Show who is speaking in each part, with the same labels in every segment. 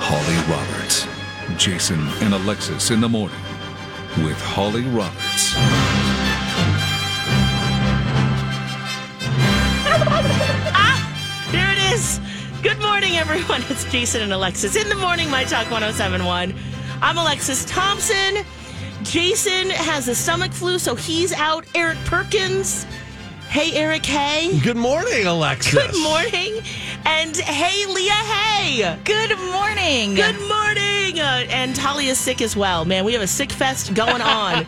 Speaker 1: Holly Roberts. Jason and Alexis in the morning with Holly Roberts.
Speaker 2: ah, there it is. Good morning, everyone. It's Jason and Alexis in the morning, My Talk 1071. I'm Alexis Thompson. Jason has a stomach flu, so he's out. Eric Perkins. Hey, Eric. Hey.
Speaker 3: Good morning, Alexis.
Speaker 2: Good morning. And hey, Leah. Hey.
Speaker 4: Good morning.
Speaker 2: Good morning. Uh, and Holly is sick as well. Man, we have a sick fest going on.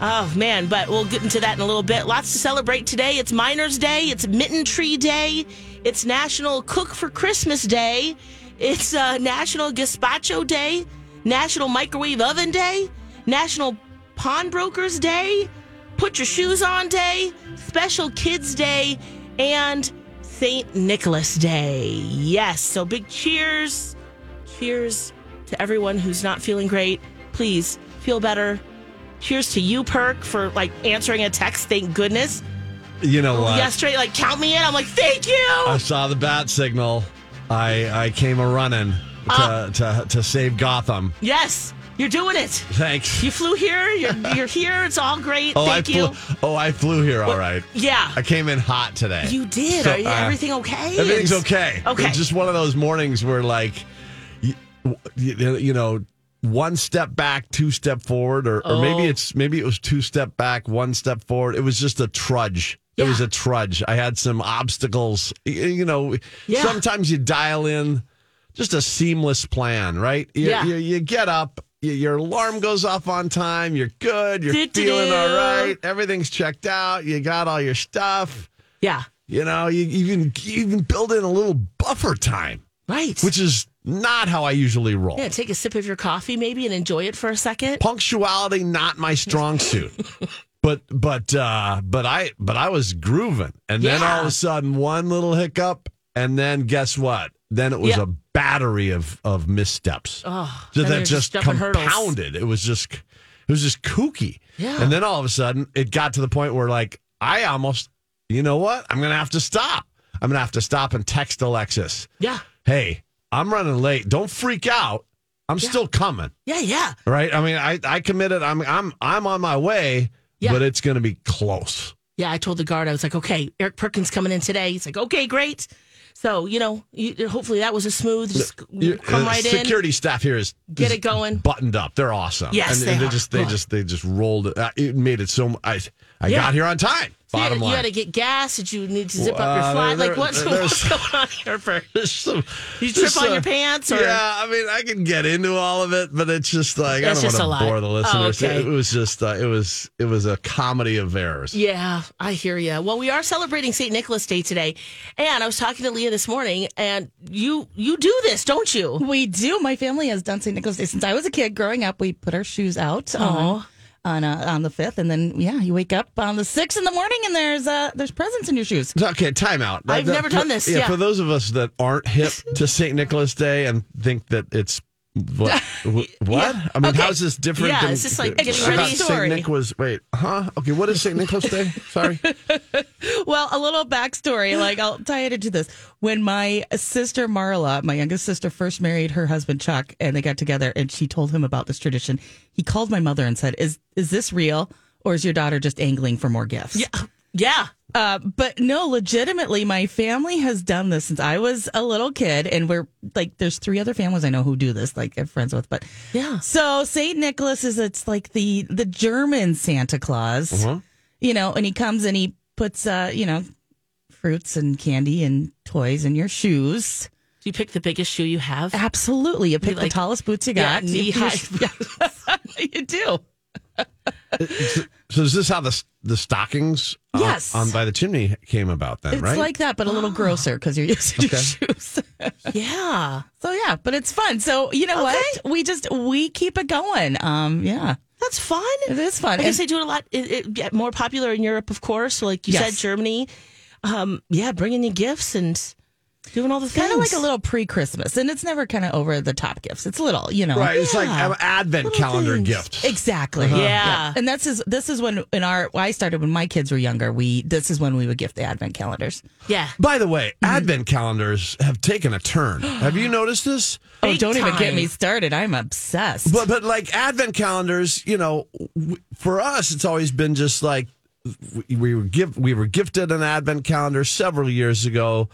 Speaker 2: oh, man. But we'll get into that in a little bit. Lots to celebrate today. It's Miner's Day. It's Mitten Tree Day. It's National Cook for Christmas Day. It's uh, National Gazpacho Day. National Microwave Oven Day. National Pawnbrokers Day. Put Your Shoes On Day, Special Kids Day, and St. Nicholas Day. Yes, so big cheers. Cheers to everyone who's not feeling great. Please feel better. Cheers to you, Perk, for like answering a text. Thank goodness.
Speaker 3: You
Speaker 2: Oh,
Speaker 3: know what?
Speaker 2: Yesterday, like, count me in. I'm like, thank you.
Speaker 3: I saw the bat signal. I I came a running to,
Speaker 2: Uh.
Speaker 3: to to save Gotham.
Speaker 2: Yes, you're doing it.
Speaker 3: Thanks.
Speaker 2: You flew here. You're, you're here. It's all great.
Speaker 3: oh,
Speaker 2: thank
Speaker 3: I
Speaker 2: you.
Speaker 3: flew. Oh, I flew here. All right.
Speaker 2: Yeah.
Speaker 3: I came in hot today.
Speaker 2: You did.
Speaker 3: So,
Speaker 2: Are you,
Speaker 3: uh,
Speaker 2: everything okay?
Speaker 3: Everything's
Speaker 2: It's-
Speaker 3: okay.
Speaker 2: Okay.
Speaker 3: It's just one of those mornings where, like, you, you, you know, one step back, two step forward, or, or maybe
Speaker 2: Oh.
Speaker 3: it's maybe it was two step back, one step forward. It was just a trudge. It was
Speaker 2: Yeah.
Speaker 3: a trudge. I had some obstacles. Y- You know,
Speaker 2: Yeah.
Speaker 3: sometimes you dial in just a seamless plan, right? You,
Speaker 2: Yeah.
Speaker 3: you, you get up. y- Your alarm goes off on time. You're good. You're
Speaker 2: Do-do-do.
Speaker 3: feeling all right. Everything's checked out. You got all your stuff.
Speaker 2: yeah.
Speaker 3: You know, you even you even build in a little buffer time,
Speaker 2: Right.
Speaker 3: which is not how I usually roll.
Speaker 2: Yeah, take a sip of your coffee maybe and enjoy it for a second.
Speaker 3: Punctuality not my strong suit. but but uh but I but I was grooving. And then all of
Speaker 2: Yeah.
Speaker 3: a sudden one little hiccup and then guess what? Then it was
Speaker 2: Yeah.
Speaker 3: a battery of of missteps.
Speaker 2: Oh,
Speaker 3: So
Speaker 2: then
Speaker 3: that
Speaker 2: you're just
Speaker 3: just
Speaker 2: jumping hurdles.
Speaker 3: compounded. It was just it was just kooky.
Speaker 2: Yeah.
Speaker 3: And then all of a sudden it got to the point where like I almost you know what? I'm gonna have to stop. I'm gonna have to stop and text Alexis.
Speaker 2: Yeah.
Speaker 3: Hey, I'm running late. Don't freak out. I'm still coming.
Speaker 2: Yeah, yeah.
Speaker 3: Right? I mean, I, I committed I'm I'm I'm on my way,
Speaker 2: Yeah.
Speaker 3: but it's gonna be close.
Speaker 2: Yeah, I told the guard, I was like, okay, Eric Perkins coming in today. He's like, okay, great. So, you know, you, hopefully that was a smooth, just
Speaker 3: Your-
Speaker 2: come
Speaker 3: uh,
Speaker 2: right in.
Speaker 3: security staff here is
Speaker 2: Get
Speaker 3: is
Speaker 2: it going.
Speaker 3: buttoned up. They're awesome.
Speaker 2: Yes,
Speaker 3: and,
Speaker 2: they
Speaker 3: and
Speaker 2: are.
Speaker 3: just they
Speaker 2: Good.
Speaker 3: just they just rolled it. Uh, It made it so. I I
Speaker 2: Yeah.
Speaker 3: got here on time.
Speaker 2: You had-
Speaker 3: Bottom
Speaker 2: you
Speaker 3: line,
Speaker 2: had to get gas. Did you need to zip up
Speaker 3: Uh,
Speaker 2: your fly?
Speaker 3: there-
Speaker 2: like, what's,
Speaker 3: there-
Speaker 2: what's going on here, Perk?
Speaker 3: There's some,
Speaker 2: You trip
Speaker 3: there's
Speaker 2: on
Speaker 3: a-
Speaker 2: your pants or-
Speaker 3: Yeah, I mean, I can get into all of it, but it's just like
Speaker 2: That's
Speaker 3: I don't
Speaker 2: just a
Speaker 3: want
Speaker 2: lot.
Speaker 3: to bore the
Speaker 2: Oh,
Speaker 3: listeners.
Speaker 2: okay.
Speaker 3: It was just uh, it was it was a comedy of errors.
Speaker 2: Yeah, I hear you. Well, we are celebrating St. Nicholas Day today, and I was talking to Leah this morning, and you you do this, don't you?
Speaker 4: We do. My family has done St. Nicholas Day since I was a kid. Growing up, we put our shoes out on on, uh, on the fifth, and then yeah, you wake up on the sixth in the morning, and there's uh, there's presents in your shoes.
Speaker 3: Okay, time out.
Speaker 2: I've never done this, yeah.
Speaker 3: for those of us that aren't hip to St. Nicholas Day and think that it's what? what? I mean,
Speaker 2: Okay.
Speaker 3: how's this different?
Speaker 2: Yeah,
Speaker 3: than,
Speaker 2: it's just like
Speaker 3: I
Speaker 2: getting
Speaker 3: thought
Speaker 2: ready.
Speaker 3: St.
Speaker 4: Story.
Speaker 3: Nick was wait, huh? Okay, what is St. Nicholas Day? Sorry.
Speaker 4: Well, a little backstory, like I'll tie it into this. When my sister Marla, my youngest sister, first married her husband Chuck, and they got together, and she told him about this tradition, he called my mother and said, "Is is this real, or is your daughter just angling for more gifts?" Yeah.
Speaker 2: Yeah.
Speaker 4: Uh, but no, legitimately, my family has done this since I was a little kid, and we're like, there's three other families I know who do this, like I'm friends with. But
Speaker 2: Yeah.
Speaker 4: so Saint Nicholas is it's like the the German Santa Claus, you know, and he comes and he puts uh, you know, fruits and candy and toys in your shoes.
Speaker 2: Do you pick the biggest shoe you have?
Speaker 4: Absolutely, you pick
Speaker 2: like-
Speaker 4: the tallest boots you
Speaker 2: Yeah,
Speaker 4: got,
Speaker 2: knee
Speaker 4: You-
Speaker 2: high.
Speaker 4: you do.
Speaker 3: So is this how the the stockings on-
Speaker 4: Yes.
Speaker 3: on, by the chimney came about then,
Speaker 4: It's
Speaker 3: right?
Speaker 4: like that, but a little grosser because you're used to shoes.
Speaker 2: Yeah.
Speaker 4: so yeah, but it's fun. So you know what? We just we keep it going. Um, yeah,
Speaker 2: That's fun.
Speaker 4: it is fun.
Speaker 2: I
Speaker 4: And-
Speaker 2: guess they do it a lot. It, it get more popular in Europe, of course. Like you
Speaker 4: Yes.
Speaker 2: said, Germany. Um, yeah, bringing you gifts and doing all the things.
Speaker 4: kind of like a little pre-Christmas, and it's never kind of over the top gifts. It's little, you know,
Speaker 3: right. It's like an advent calendar
Speaker 2: things.
Speaker 3: gift.
Speaker 4: Exactly.
Speaker 2: Yeah.
Speaker 4: And that's is this is when in our well, I started when my kids were younger. We this is when we would gift the advent calendars.
Speaker 2: Yeah.
Speaker 3: By the way,
Speaker 2: Mm.
Speaker 3: advent calendars have taken a turn. Have you noticed this?
Speaker 4: Oh,
Speaker 2: Big
Speaker 4: don't even get
Speaker 2: time.
Speaker 4: me started. I'm obsessed.
Speaker 3: But but like advent calendars, you know, w- for us it's always been just like w- we were give we were gifted an advent calendar several years ago,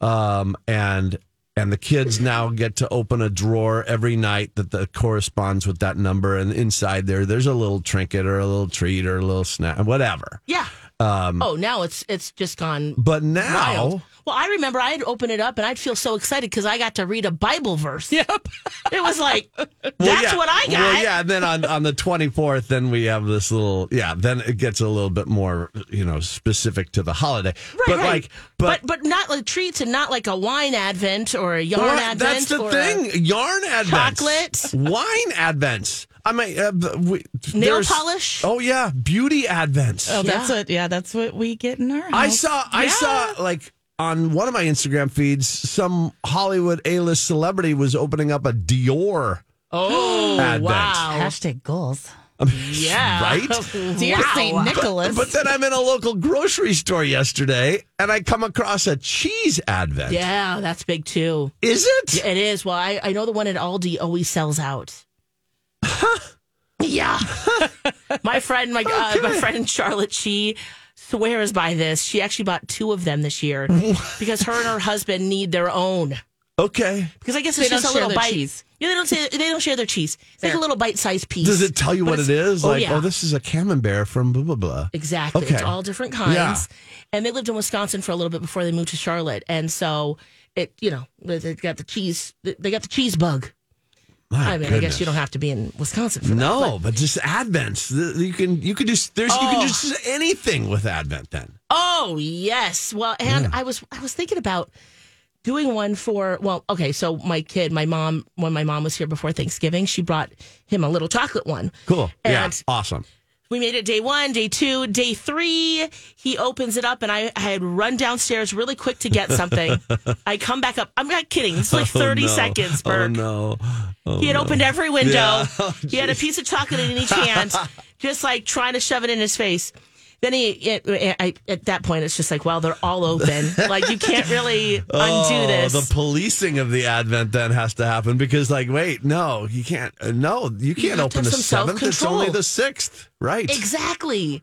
Speaker 3: um, and and the kids now get to open a drawer every night that the corresponds with that number, and inside there there's a little trinket or a little treat or a little snack, whatever.
Speaker 2: Yeah. oh, now it's it's just gone
Speaker 3: Um, But now.
Speaker 2: wild. Well, I remember I'd open it up and I'd feel so excited because I got to read a Bible verse.
Speaker 4: yep.
Speaker 2: It was like that's
Speaker 3: Well, yeah.
Speaker 2: what I got.
Speaker 3: Well, yeah, and then on, on the 24th, then we have this little, yeah, then it gets a little bit more, you know, specific to the holiday.
Speaker 2: Right,
Speaker 3: but
Speaker 2: right.
Speaker 3: like,
Speaker 2: but,
Speaker 3: but,
Speaker 2: but not like treats and not like a wine advent or a yarn
Speaker 3: Well,
Speaker 2: advent.
Speaker 3: that's the
Speaker 2: or a-
Speaker 3: thing. Yarn advents.
Speaker 2: Chocolate.
Speaker 3: Wine advents. I mean, uh, the- we,
Speaker 2: Nail
Speaker 3: there's-
Speaker 2: polish.
Speaker 3: Oh, yeah. Beauty advents.
Speaker 4: Oh, that's what. Yeah, that's what we get in our. House.
Speaker 3: I saw, I
Speaker 4: Yeah.
Speaker 3: saw like on one of my Instagram feeds, some Hollywood A list celebrity was opening up a Dior
Speaker 2: Oh
Speaker 3: advent.
Speaker 2: wow.
Speaker 4: hashtag goals.
Speaker 2: Yeah.
Speaker 3: Right?
Speaker 4: Dear
Speaker 2: Wow.
Speaker 4: Saint Nicholas.
Speaker 3: But then I'm in a local grocery store yesterday and I come across a cheese advent.
Speaker 2: Yeah, that's big too.
Speaker 3: Is it?
Speaker 2: It is. Well, I, I know the one at Aldi always sells out. yeah. my friend, my uh, my friend Charlotte, she swears by this. She actually bought two of them this year because her and her husband need their own.
Speaker 3: Okay.
Speaker 2: Because I guess
Speaker 4: They
Speaker 2: it's
Speaker 4: don't
Speaker 2: just a
Speaker 4: share
Speaker 2: little
Speaker 4: their
Speaker 2: bite.
Speaker 4: cheese.
Speaker 2: Yeah, they don't say, they don't share their cheese. It's like a little bite-sized piece.
Speaker 3: Does it tell you
Speaker 2: But
Speaker 3: what it
Speaker 2: it's-
Speaker 3: is? like,
Speaker 2: yeah.
Speaker 3: oh, this is a camembert from blah, blah, blah.
Speaker 2: Exactly. It's
Speaker 3: Okay.
Speaker 2: all different kinds.
Speaker 3: Yeah.
Speaker 2: And they lived in Wisconsin for a little bit before they moved to Charlotte. And so it, you know, they- they got the cheese, they got the cheese bug.
Speaker 3: My
Speaker 2: I mean, I
Speaker 3: goodness.
Speaker 2: guess you don't have to be in Wisconsin for that.
Speaker 3: No, but just advents. Th- You can you can just there's you
Speaker 2: Oh.
Speaker 3: can just do anything with advent then.
Speaker 2: Oh yes. Well, and I was I was thinking about doing one for well, okay, so my kid, my mom, when my mom was here before Thanksgiving, she brought him a little chocolate one.
Speaker 3: Cool. yeah.
Speaker 2: And-
Speaker 3: Awesome.
Speaker 2: We made it day one, day two, day three. He opens it up, and I, I had run downstairs really quick to get something. I come back up. I'm not kidding. It's like 30
Speaker 3: Oh, no.
Speaker 2: seconds,
Speaker 3: Oh
Speaker 2: Burke.
Speaker 3: no. Oh,
Speaker 2: He had
Speaker 3: no.
Speaker 2: opened every window.
Speaker 3: Yeah. Oh,
Speaker 2: he had a piece of chocolate in each hand, just like trying to shove it in his face. Then he, it, it- I, at that point, it's just like, well, they're all open. like you can't really undo
Speaker 3: Oh,
Speaker 2: this.
Speaker 3: The policing of the advent then has to happen because, like, wait, no, you can't. uh, No, you can't
Speaker 2: have to have
Speaker 3: open the
Speaker 2: some
Speaker 3: seventh. It's
Speaker 2: self-control.
Speaker 3: only the sixth, right?
Speaker 2: Exactly.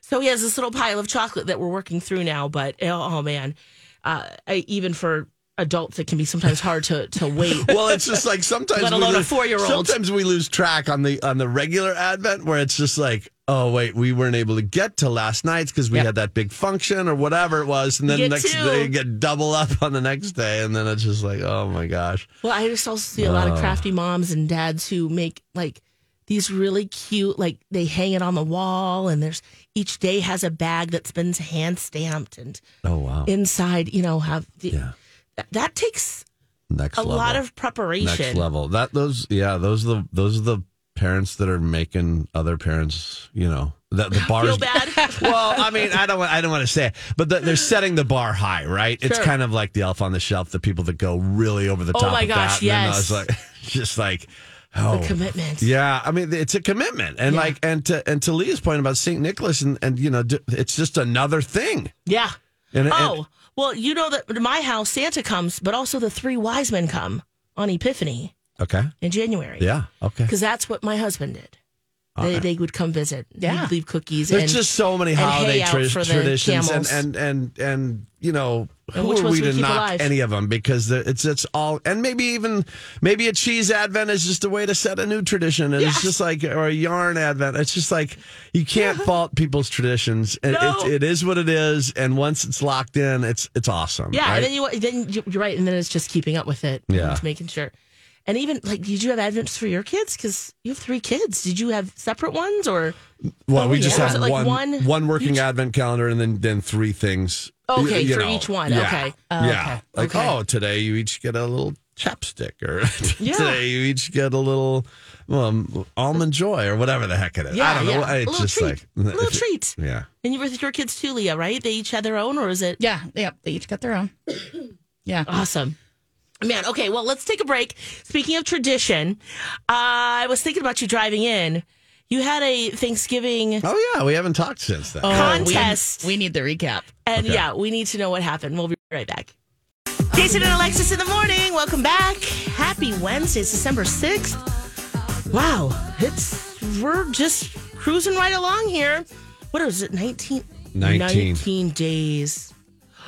Speaker 2: So he has this little pile of chocolate that we're working through now, but oh, oh, man, uh, I, even for adults, it can be sometimes hard to, to wait.
Speaker 3: Well, it's just like sometimes
Speaker 2: Let
Speaker 3: we
Speaker 2: alone a
Speaker 3: lose-
Speaker 2: four-year-old.
Speaker 3: Sometimes we lose track on the on the regular advent where it's just like, oh wait, we weren't able to get to last night's because we had that big function or whatever it was, and then
Speaker 2: You get
Speaker 3: next
Speaker 2: two.
Speaker 3: day you get double up on the next day, and then it's just like, oh my gosh,
Speaker 2: Well, I just also see a lot
Speaker 3: Uh.
Speaker 2: of crafty moms and dads who make like these really cute, like they hang it on the wall, and there's each day has a bag that's been hand stamped, and
Speaker 3: oh wow,
Speaker 2: inside, you know, have the,
Speaker 3: Yeah.
Speaker 2: that, that takes
Speaker 3: next
Speaker 2: a
Speaker 3: level.
Speaker 2: lot of preparation.
Speaker 3: next level. That those yeah, those are the those are the parents that are making other parents, you know, that the bar
Speaker 2: Feel
Speaker 3: is
Speaker 2: bad.
Speaker 3: well, I mean, I don't, wa- I don't want to say it, but the, they're setting the bar high, right? It's
Speaker 2: Sure.
Speaker 3: kind of like the Elf on the Shelf, the people that go really over the
Speaker 2: Oh
Speaker 3: top.
Speaker 2: my
Speaker 3: of
Speaker 2: gosh,
Speaker 3: that, and then I
Speaker 2: yes.
Speaker 3: was like, just like, oh,
Speaker 2: the commitment.
Speaker 3: yeah. I mean, it's a commitment, and
Speaker 2: Yeah.
Speaker 3: like, and to and to Leah's point about Saint Nicholas, and and you know, d- it's just another thing.
Speaker 2: Yeah.
Speaker 3: And, and-
Speaker 2: Oh, well, you know that to my house, Santa comes, but also the three wise men come on Epiphany
Speaker 3: okay,
Speaker 2: in January.
Speaker 3: yeah, okay.
Speaker 2: Because that's what my husband did. They, they would come visit.
Speaker 4: Yeah.
Speaker 2: He'd leave cookies.
Speaker 3: There's
Speaker 2: and,
Speaker 3: just so many
Speaker 2: and
Speaker 3: holiday
Speaker 2: hay out
Speaker 3: tra-
Speaker 2: for the
Speaker 3: traditions, and,
Speaker 2: camels.
Speaker 3: and and and you know,
Speaker 2: And
Speaker 3: who
Speaker 2: which
Speaker 3: are
Speaker 2: ones
Speaker 3: we
Speaker 2: we
Speaker 3: to
Speaker 2: keep
Speaker 3: knock
Speaker 2: alive?
Speaker 3: any of them? Because the- it's it's all, and maybe even maybe a cheese advent is just a way to set a new tradition, and
Speaker 2: Yes.
Speaker 3: it's just like or a yarn advent. It's just like you can't fault people's traditions. It,
Speaker 2: No.
Speaker 3: it, it is what it is, and once it's locked in, it's it's awesome.
Speaker 2: Yeah,
Speaker 3: right?
Speaker 2: and then you then you- you're right, and then it's just keeping up with it.
Speaker 3: Yeah.
Speaker 2: It's making sure. And even like, did you have Advents for your kids? Because you have three kids. Did you have separate ones or?
Speaker 3: Well, we just
Speaker 2: Oh, yeah.
Speaker 3: have
Speaker 2: Was it like
Speaker 3: one,
Speaker 2: one-
Speaker 3: one working advent calendar, and then then three things.
Speaker 2: Okay,
Speaker 3: you
Speaker 2: for each one.
Speaker 3: Yeah.
Speaker 2: Okay.
Speaker 3: yeah. Like
Speaker 2: Okay.
Speaker 3: oh, today you each get a little chapstick, or
Speaker 2: Yeah.
Speaker 3: today you each get a little um, almond joy, or whatever the heck it is. I don't know.
Speaker 2: A
Speaker 3: It's
Speaker 2: little
Speaker 3: just
Speaker 2: treat.
Speaker 3: like
Speaker 2: a little treat.
Speaker 3: Yeah.
Speaker 2: And you with your kids too, Leah, right? They each had their own, or is it
Speaker 4: Yeah, yeah, they each got their own. Yeah.
Speaker 3: Uh,
Speaker 2: awesome? Man, okay, well, let's take a break. Speaking of tradition, uh, I was thinking about you driving in. You had a Thanksgiving
Speaker 3: Oh yeah, we haven't talked since
Speaker 2: Oh,
Speaker 3: then.
Speaker 2: contest.
Speaker 4: We need the recap.
Speaker 2: And yeah, we need to know what happened. We'll be right back. Jason and Alexis in the morning. Welcome back. Happy Wednesday. It's December 6th. Wow. It's we're just cruising right along here. What is it? 19
Speaker 3: Nineteen.
Speaker 2: 19 days.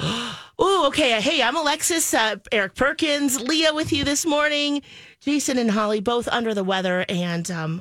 Speaker 2: Oh, okay. Hey, I'm Alexis, uh, Eric Perkins, Leah with you this morning. Jason and Holly both under the weather and um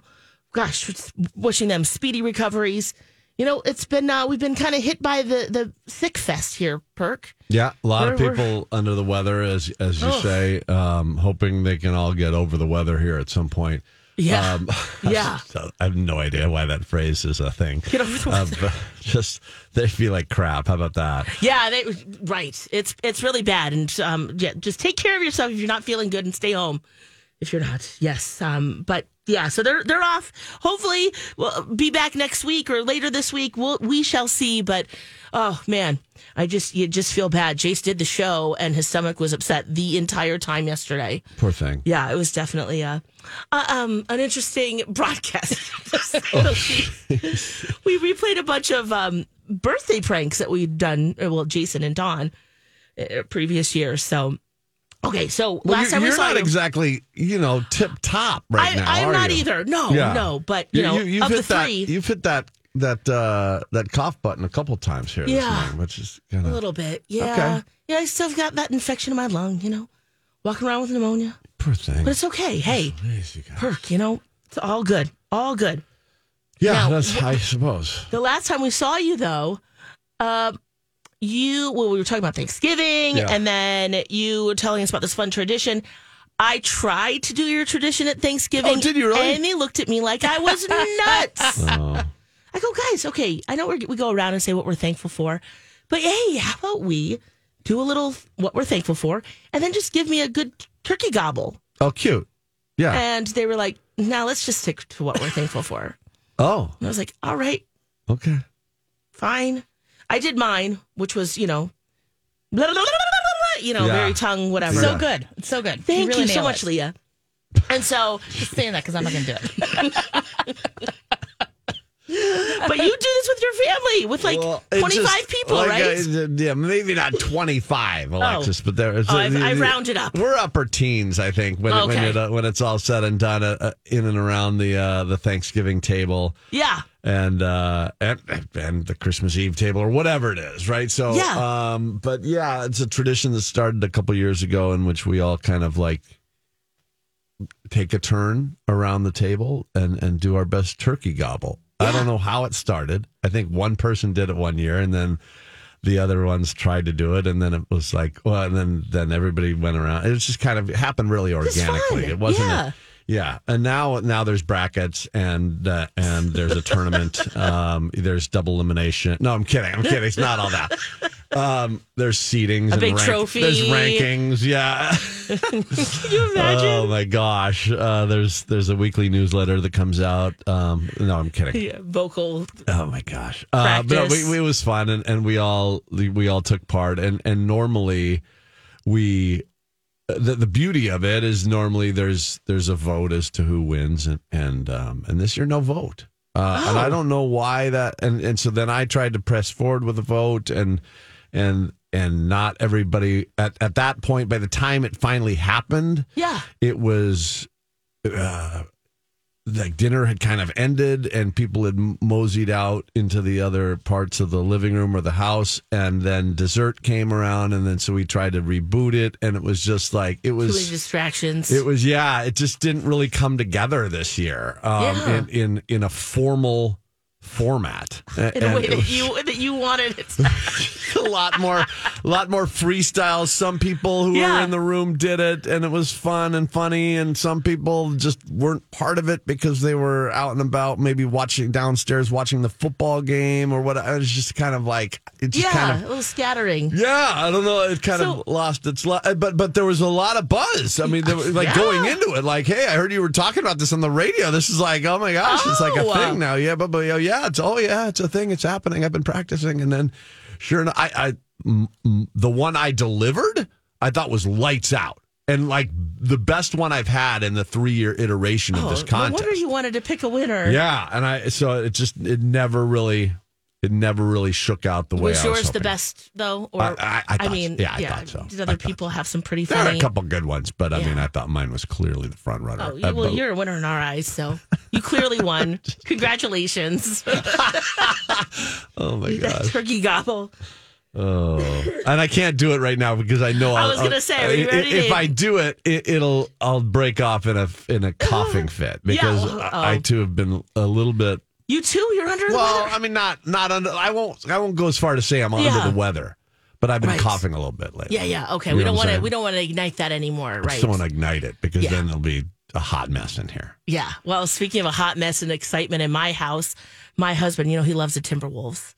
Speaker 2: gosh, wishing them speedy recoveries. You know, it's been uh, we've been kind of hit by the the sick fest here, Perk.
Speaker 3: Yeah, a lot of
Speaker 2: We're-
Speaker 3: people under the weather, as as you say, um, hoping they can all get over the weather here at some point.
Speaker 2: Yeah.
Speaker 3: um,
Speaker 2: Yeah.
Speaker 3: so I have no idea why that phrase is a thing.
Speaker 2: Get over the
Speaker 3: Uh, but just they feel like crap. How about that?
Speaker 2: Yeah, they right. It's it's really bad, and um, yeah, just take care of yourself if you're not feeling good, and stay home if you're not. Yes, um, but yeah, so they're they're off. Hopefully, we'll be back next week or later this week. We'll we shall see. But oh man, I just you just feel bad. Jace did the show, and his stomach was upset the entire time yesterday.
Speaker 3: Poor thing.
Speaker 2: Yeah, it was definitely a, uh um, an interesting broadcast.
Speaker 3: Oh.
Speaker 2: we replayed a bunch of um, birthday pranks that we'd done, uh, well, Jason and Don, uh, previous years. So, okay, so
Speaker 3: Well,
Speaker 2: last
Speaker 3: you're,
Speaker 2: time we
Speaker 3: you're
Speaker 2: saw
Speaker 3: not
Speaker 2: you,
Speaker 3: exactly, you know, tip top right
Speaker 2: I,
Speaker 3: now.
Speaker 2: I'm
Speaker 3: are
Speaker 2: not
Speaker 3: you?
Speaker 2: either. No,
Speaker 3: Yeah.
Speaker 2: no, but you, know,
Speaker 3: you've
Speaker 2: of the
Speaker 3: hit that,
Speaker 2: three,
Speaker 3: you've hit that that uh, that cough button a couple times here this
Speaker 2: Yeah.
Speaker 3: morning, which is kind
Speaker 2: a
Speaker 3: of
Speaker 2: little bit, yeah,
Speaker 3: Okay.
Speaker 2: yeah. I still got that infection in my lung. You know, walking around with pneumonia,
Speaker 3: poor thing.
Speaker 2: but it's okay. Hey,
Speaker 3: Jeez, you guys.
Speaker 2: perk. You know, it's all good. All good.
Speaker 3: yeah,
Speaker 2: Now-
Speaker 3: that's I suppose.
Speaker 2: The last time we saw you, though, uh, you well, we were talking about Thanksgiving,
Speaker 3: Yeah.
Speaker 2: and then you were telling us about this fun tradition. I tried to do your tradition at Thanksgiving.
Speaker 3: Oh, did you really?
Speaker 2: And they looked at me like I was nuts.
Speaker 3: Oh.
Speaker 2: I go, guys, okay. I know we're, we go around and say what we're thankful for, but hey, how about we do a little what we're thankful for, and then just give me a good turkey gobble?
Speaker 3: oh, cute. Yeah.
Speaker 2: And they were like, "Now let's just stick to what we're thankful for." And
Speaker 3: oh,
Speaker 2: I was like, "All right."
Speaker 3: okay.
Speaker 2: fine. I did mine, which was, you know, blah, blah, blah, blah, blah, blah, you know,
Speaker 3: Yeah.
Speaker 2: very tongue, whatever.
Speaker 4: So
Speaker 3: Yeah.
Speaker 4: good. It's so good.
Speaker 2: Thank you,
Speaker 4: really
Speaker 2: so
Speaker 4: nailed
Speaker 2: much,
Speaker 4: it.
Speaker 2: Leah. And so,
Speaker 4: Just saying that because I'm not going to do it.
Speaker 2: but you do this with your family, with like
Speaker 3: Well, it
Speaker 2: 25
Speaker 3: just-
Speaker 2: people,
Speaker 3: like,
Speaker 2: right?
Speaker 3: uh, yeah, maybe not 25, Alexis, but there. it's-
Speaker 2: Oh, I've- I rounded up.
Speaker 3: We're upper teens, I think, when, it, when,
Speaker 2: Okay.
Speaker 3: it, uh, when it's all said and done uh, uh, in and around the uh, the Thanksgiving table
Speaker 2: yeah.
Speaker 3: and uh and, and the christmas eve table or whatever it is right so
Speaker 2: Yeah.
Speaker 3: um but yeah it's a tradition that started a couple years ago in which we all kind of like take a turn around the table and and do our best turkey gobble i don't know how it started i think one person did it one year and then the other ones tried to do it and then it was like well and then then everybody went around it was just kind of it happened really
Speaker 2: Just fun.
Speaker 3: organically it wasn't a-
Speaker 2: Yeah.
Speaker 3: yeah, and now now there's brackets and uh, and there's a tournament. um, there's double elimination. No, I'm kidding. I'm kidding. It's not all that. Um, there's seedings, and
Speaker 2: big
Speaker 3: rank-
Speaker 2: trophy.
Speaker 3: There's rankings. Yeah.
Speaker 2: Can you imagine?
Speaker 3: oh my gosh. Uh, there's there's a weekly newsletter that comes out. Um, no, I'm kidding.
Speaker 2: Yeah, vocal.
Speaker 3: Oh my gosh. Uh, but no,
Speaker 2: Practice.
Speaker 3: we, we, it was fun, and, and we all we all took part. And and normally we the, the beauty of it is normally there's there's a vote as to who wins and and um and this year no vote uh, and
Speaker 2: Oh.
Speaker 3: I don't know why that and and so then I tried to press forward with a vote and and and not everybody at at that point by the time it finally happened
Speaker 2: Yeah.
Speaker 3: it was uh, like dinner had kind of ended and people had m- moseyed out into the other parts of the living room or the house and then dessert came around and then so we tried to reboot it and it was just like it
Speaker 2: Too many
Speaker 3: was
Speaker 2: distractions.
Speaker 3: it was yeah it just didn't really come together this year um,
Speaker 2: Yeah.
Speaker 3: in, in in a formal format
Speaker 2: in a way that you that you wanted it.
Speaker 3: a lot more, a lot more freestyle. Some people who were
Speaker 2: Yeah.
Speaker 3: in the room did it, and it was fun and funny. And some people just weren't part of it because they were out and about, maybe watching downstairs, watching the football game or what. It was just kind of like it just
Speaker 2: Yeah,
Speaker 3: kind of
Speaker 2: a little scattering.
Speaker 3: yeah, I don't know. It kind
Speaker 2: So-
Speaker 3: of lost its, lo- but but there was a lot of buzz. I mean, there, was, like
Speaker 2: Yeah.
Speaker 3: going into it, like, hey, I heard you were talking about this on the radio. This is like, oh my gosh, it's like
Speaker 2: Oh.
Speaker 3: a thing now. Yeah, but, but oh, yeah, it's oh yeah, it's a thing. It's happening. I've been practicing, and then sure enough, I, I m- m- the one I delivered, I thought was lights out, and like the best one I've had in the three year iteration of this
Speaker 2: Oh, no
Speaker 3: contest.
Speaker 2: wonder you wanted to pick a winner.
Speaker 3: yeah, and I so it just it never really it never really shook out the way
Speaker 2: Was
Speaker 3: I was
Speaker 2: yours the
Speaker 3: hoping.
Speaker 2: best though? Or
Speaker 3: I- I- I thought
Speaker 2: mean,
Speaker 3: so. Yeah, I thought so.
Speaker 2: Did
Speaker 3: I
Speaker 2: other
Speaker 3: thought
Speaker 2: people have some pretty
Speaker 3: There are
Speaker 2: funny?
Speaker 3: a couple good ones, but I mean,
Speaker 2: Yeah.
Speaker 3: I thought mine was clearly the front runner.
Speaker 2: Oh, you,
Speaker 3: Uh,
Speaker 2: well,
Speaker 3: but-
Speaker 2: you're a winner in our eyes, so you clearly won. Congratulations,
Speaker 3: oh my
Speaker 2: that
Speaker 3: god!
Speaker 2: turkey gobble.
Speaker 3: And I can't do it right now because I know. I'll,
Speaker 2: was gonna
Speaker 3: I'll-
Speaker 2: say, are you
Speaker 3: i- i-
Speaker 2: ready?
Speaker 3: If I do it, it, it'll I'll break off in a in a coughing fit because
Speaker 2: well,
Speaker 3: I, I
Speaker 2: oh.
Speaker 3: too have been a little bit.
Speaker 2: You too. You're under the
Speaker 3: Well,
Speaker 2: weather.
Speaker 3: I mean, not not under. I won't I won't go as far to say I'm
Speaker 2: Yeah.
Speaker 3: under the weather, but I've been
Speaker 2: Right.
Speaker 3: coughing a little bit lately.
Speaker 2: Yeah, yeah. Okay,
Speaker 3: You
Speaker 2: we
Speaker 3: know
Speaker 2: don't
Speaker 3: what
Speaker 2: want
Speaker 3: I'm
Speaker 2: to.
Speaker 3: saying?
Speaker 2: We don't want to ignite that anymore,
Speaker 3: I
Speaker 2: right?
Speaker 3: just don't want to ignite it because
Speaker 2: Yeah.
Speaker 3: then there'll be a hot mess in here.
Speaker 2: Yeah. Well, speaking of a hot mess and excitement in my house, my husband, you know, he loves the Timberwolves,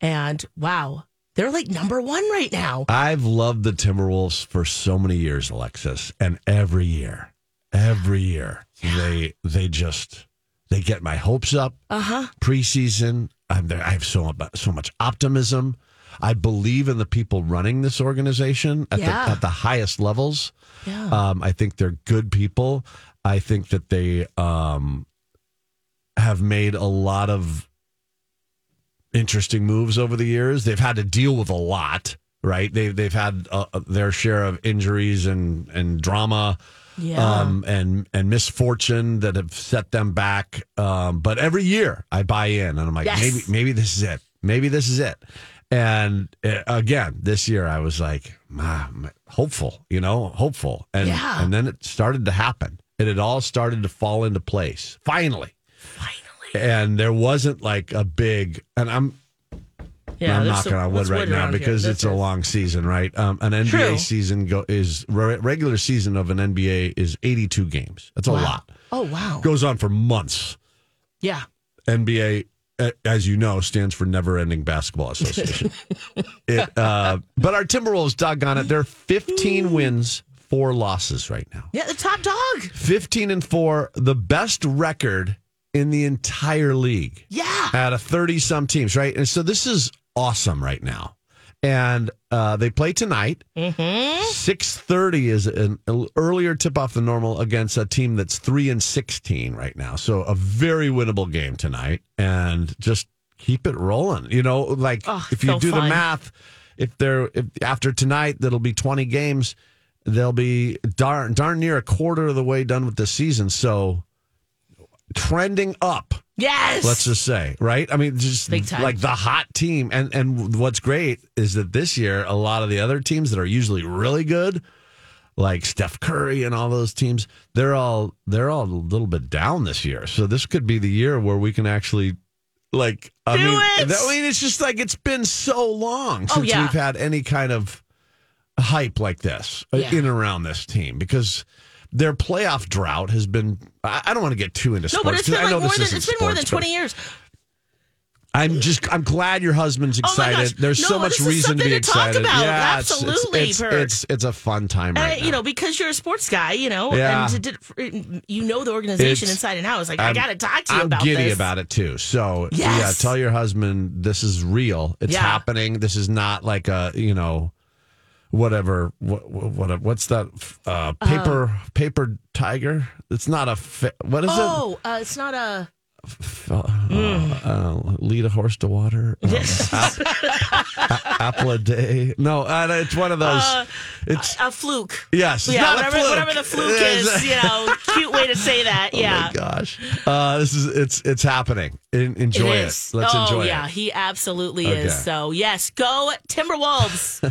Speaker 2: and wow, they're like number one right now.
Speaker 3: I've loved the Timberwolves for so many years, Alexis, and every year, every year they they just they get my hopes up.
Speaker 2: Uh huh.
Speaker 3: Preseason, I'm there. I have so mu- so much optimism. I believe in the people running this organization at
Speaker 2: Yeah.
Speaker 3: the at the highest levels.
Speaker 2: Yeah.
Speaker 3: Um, I think they're good people. I think that they um, have made a lot of interesting moves over the years. They've had to deal with a lot, right? They they've had uh, their share of injuries and and drama.
Speaker 2: Yeah.
Speaker 3: Um, and and misfortune that have set them back. Um, but every year I buy in, and I'm like,
Speaker 2: Yes.
Speaker 3: maybe maybe this is it. Maybe this is it. And uh, again, this year I was like, "Ma, I'm hopeful, you know, hopeful. And
Speaker 2: Yeah.
Speaker 3: and then it started to happen. It had all started to fall into place finally.
Speaker 2: Finally.
Speaker 3: And there wasn't like a big, and I'm
Speaker 2: Yeah.
Speaker 3: I'm
Speaker 2: there's
Speaker 3: knocking
Speaker 2: some-
Speaker 3: on wood
Speaker 2: there's
Speaker 3: right now
Speaker 2: around here.
Speaker 3: because
Speaker 2: That's
Speaker 3: it's a
Speaker 2: it.
Speaker 3: long season, right? Um, an NBA
Speaker 2: True.
Speaker 3: season go, is re- regular season of an NBA is 82 games. That's a
Speaker 2: Wow.
Speaker 3: lot.
Speaker 2: Oh wow.
Speaker 3: Goes on for months.
Speaker 2: Yeah.
Speaker 3: NBA, a- as you know, stands for Never Ending Basketball Association. it, uh, but our Timberwolves, doggone it, they're 15 wins, four losses right now.
Speaker 2: Yeah. The top dog.
Speaker 3: 15 and four, the best record in the entire league
Speaker 2: Yeah.
Speaker 3: out of 30 some teams, right? And so this is awesome right now. And uh, they play tonight.
Speaker 2: Mm-hmm.
Speaker 3: 6:30 is an earlier tip off than normal against a team that's 3 and 16 right now. So a very winnable game tonight and just keep it rolling. You know, like
Speaker 2: Oh,
Speaker 3: if you
Speaker 2: so
Speaker 3: do the
Speaker 2: fun.
Speaker 3: math, if they're if after tonight that'll be 20 games, they'll be darn darn near a quarter of the way done with the season. So trending up
Speaker 2: Yes.
Speaker 3: let's just say, right? I mean, just
Speaker 2: Big time.
Speaker 3: like the hot team. And and what's great is that this year, a lot of the other teams that are usually really good, like Steph Curry and all those teams, they're all they're all a little bit down this year. So this could be the year where we can actually. Like I
Speaker 2: Do
Speaker 3: mean,
Speaker 2: it!
Speaker 3: that- I mean, it's just like it's been so long
Speaker 2: Oh,
Speaker 3: since
Speaker 2: yeah.
Speaker 3: we've had any kind of hype like this uh,
Speaker 2: Yeah.
Speaker 3: in and around this team because their playoff drought has been. I, I don't want to get too into
Speaker 2: no,
Speaker 3: sports.
Speaker 2: but it's been
Speaker 3: 'cause Oh, I
Speaker 2: like
Speaker 3: know
Speaker 2: more than it's
Speaker 3: this
Speaker 2: been
Speaker 3: isn't
Speaker 2: more
Speaker 3: sports,
Speaker 2: than
Speaker 3: but-
Speaker 2: twenty years.
Speaker 3: I'm just. I'm glad your husband's
Speaker 2: Oh my
Speaker 3: excited.
Speaker 2: gosh.
Speaker 3: There's so
Speaker 2: No,
Speaker 3: much
Speaker 2: this is
Speaker 3: reason to
Speaker 2: something
Speaker 3: be
Speaker 2: to talk
Speaker 3: excited.
Speaker 2: about.
Speaker 3: Yeah, it's-
Speaker 2: Absolutely,
Speaker 3: It's it's,
Speaker 2: Bert.
Speaker 3: it's, it's a fun time right
Speaker 2: uh,
Speaker 3: now.
Speaker 2: you know, because you're a sports guy, you know,
Speaker 3: Yeah.
Speaker 2: and to, did- you know the organization
Speaker 3: It's-
Speaker 2: inside and out. It's like i
Speaker 3: I'm-
Speaker 2: got to talk to you
Speaker 3: I'm
Speaker 2: about
Speaker 3: giddy
Speaker 2: this.
Speaker 3: about it too. So
Speaker 2: Yes.
Speaker 3: yeah, tell your husband this is real. It's
Speaker 2: Yeah.
Speaker 3: happening. This is not like a you know, whatever. What, what what's that? Uh,
Speaker 2: Um,
Speaker 3: paper paper tiger. It's not a. Fa- what is it?
Speaker 2: oh, uh, it's not a.
Speaker 3: Uh, uh, lead a horse to water. Uh, apple a day. No, uh, it's one of those.
Speaker 2: Uh,
Speaker 3: it's
Speaker 2: a fluke.
Speaker 3: Yes, it's
Speaker 2: yeah,
Speaker 3: not a
Speaker 2: whatever,
Speaker 3: fluke.
Speaker 2: whatever the fluke
Speaker 3: It's
Speaker 2: is,
Speaker 3: a-
Speaker 2: you know, cute way to say that.
Speaker 3: Oh
Speaker 2: yeah,
Speaker 3: my gosh, uh, this is it's it's happening. En- enjoy it.
Speaker 2: is.
Speaker 3: Let's
Speaker 2: oh,
Speaker 3: enjoy
Speaker 2: yeah,
Speaker 3: it.
Speaker 2: he absolutely
Speaker 3: Okay.
Speaker 2: is. So yes, go Timberwolves.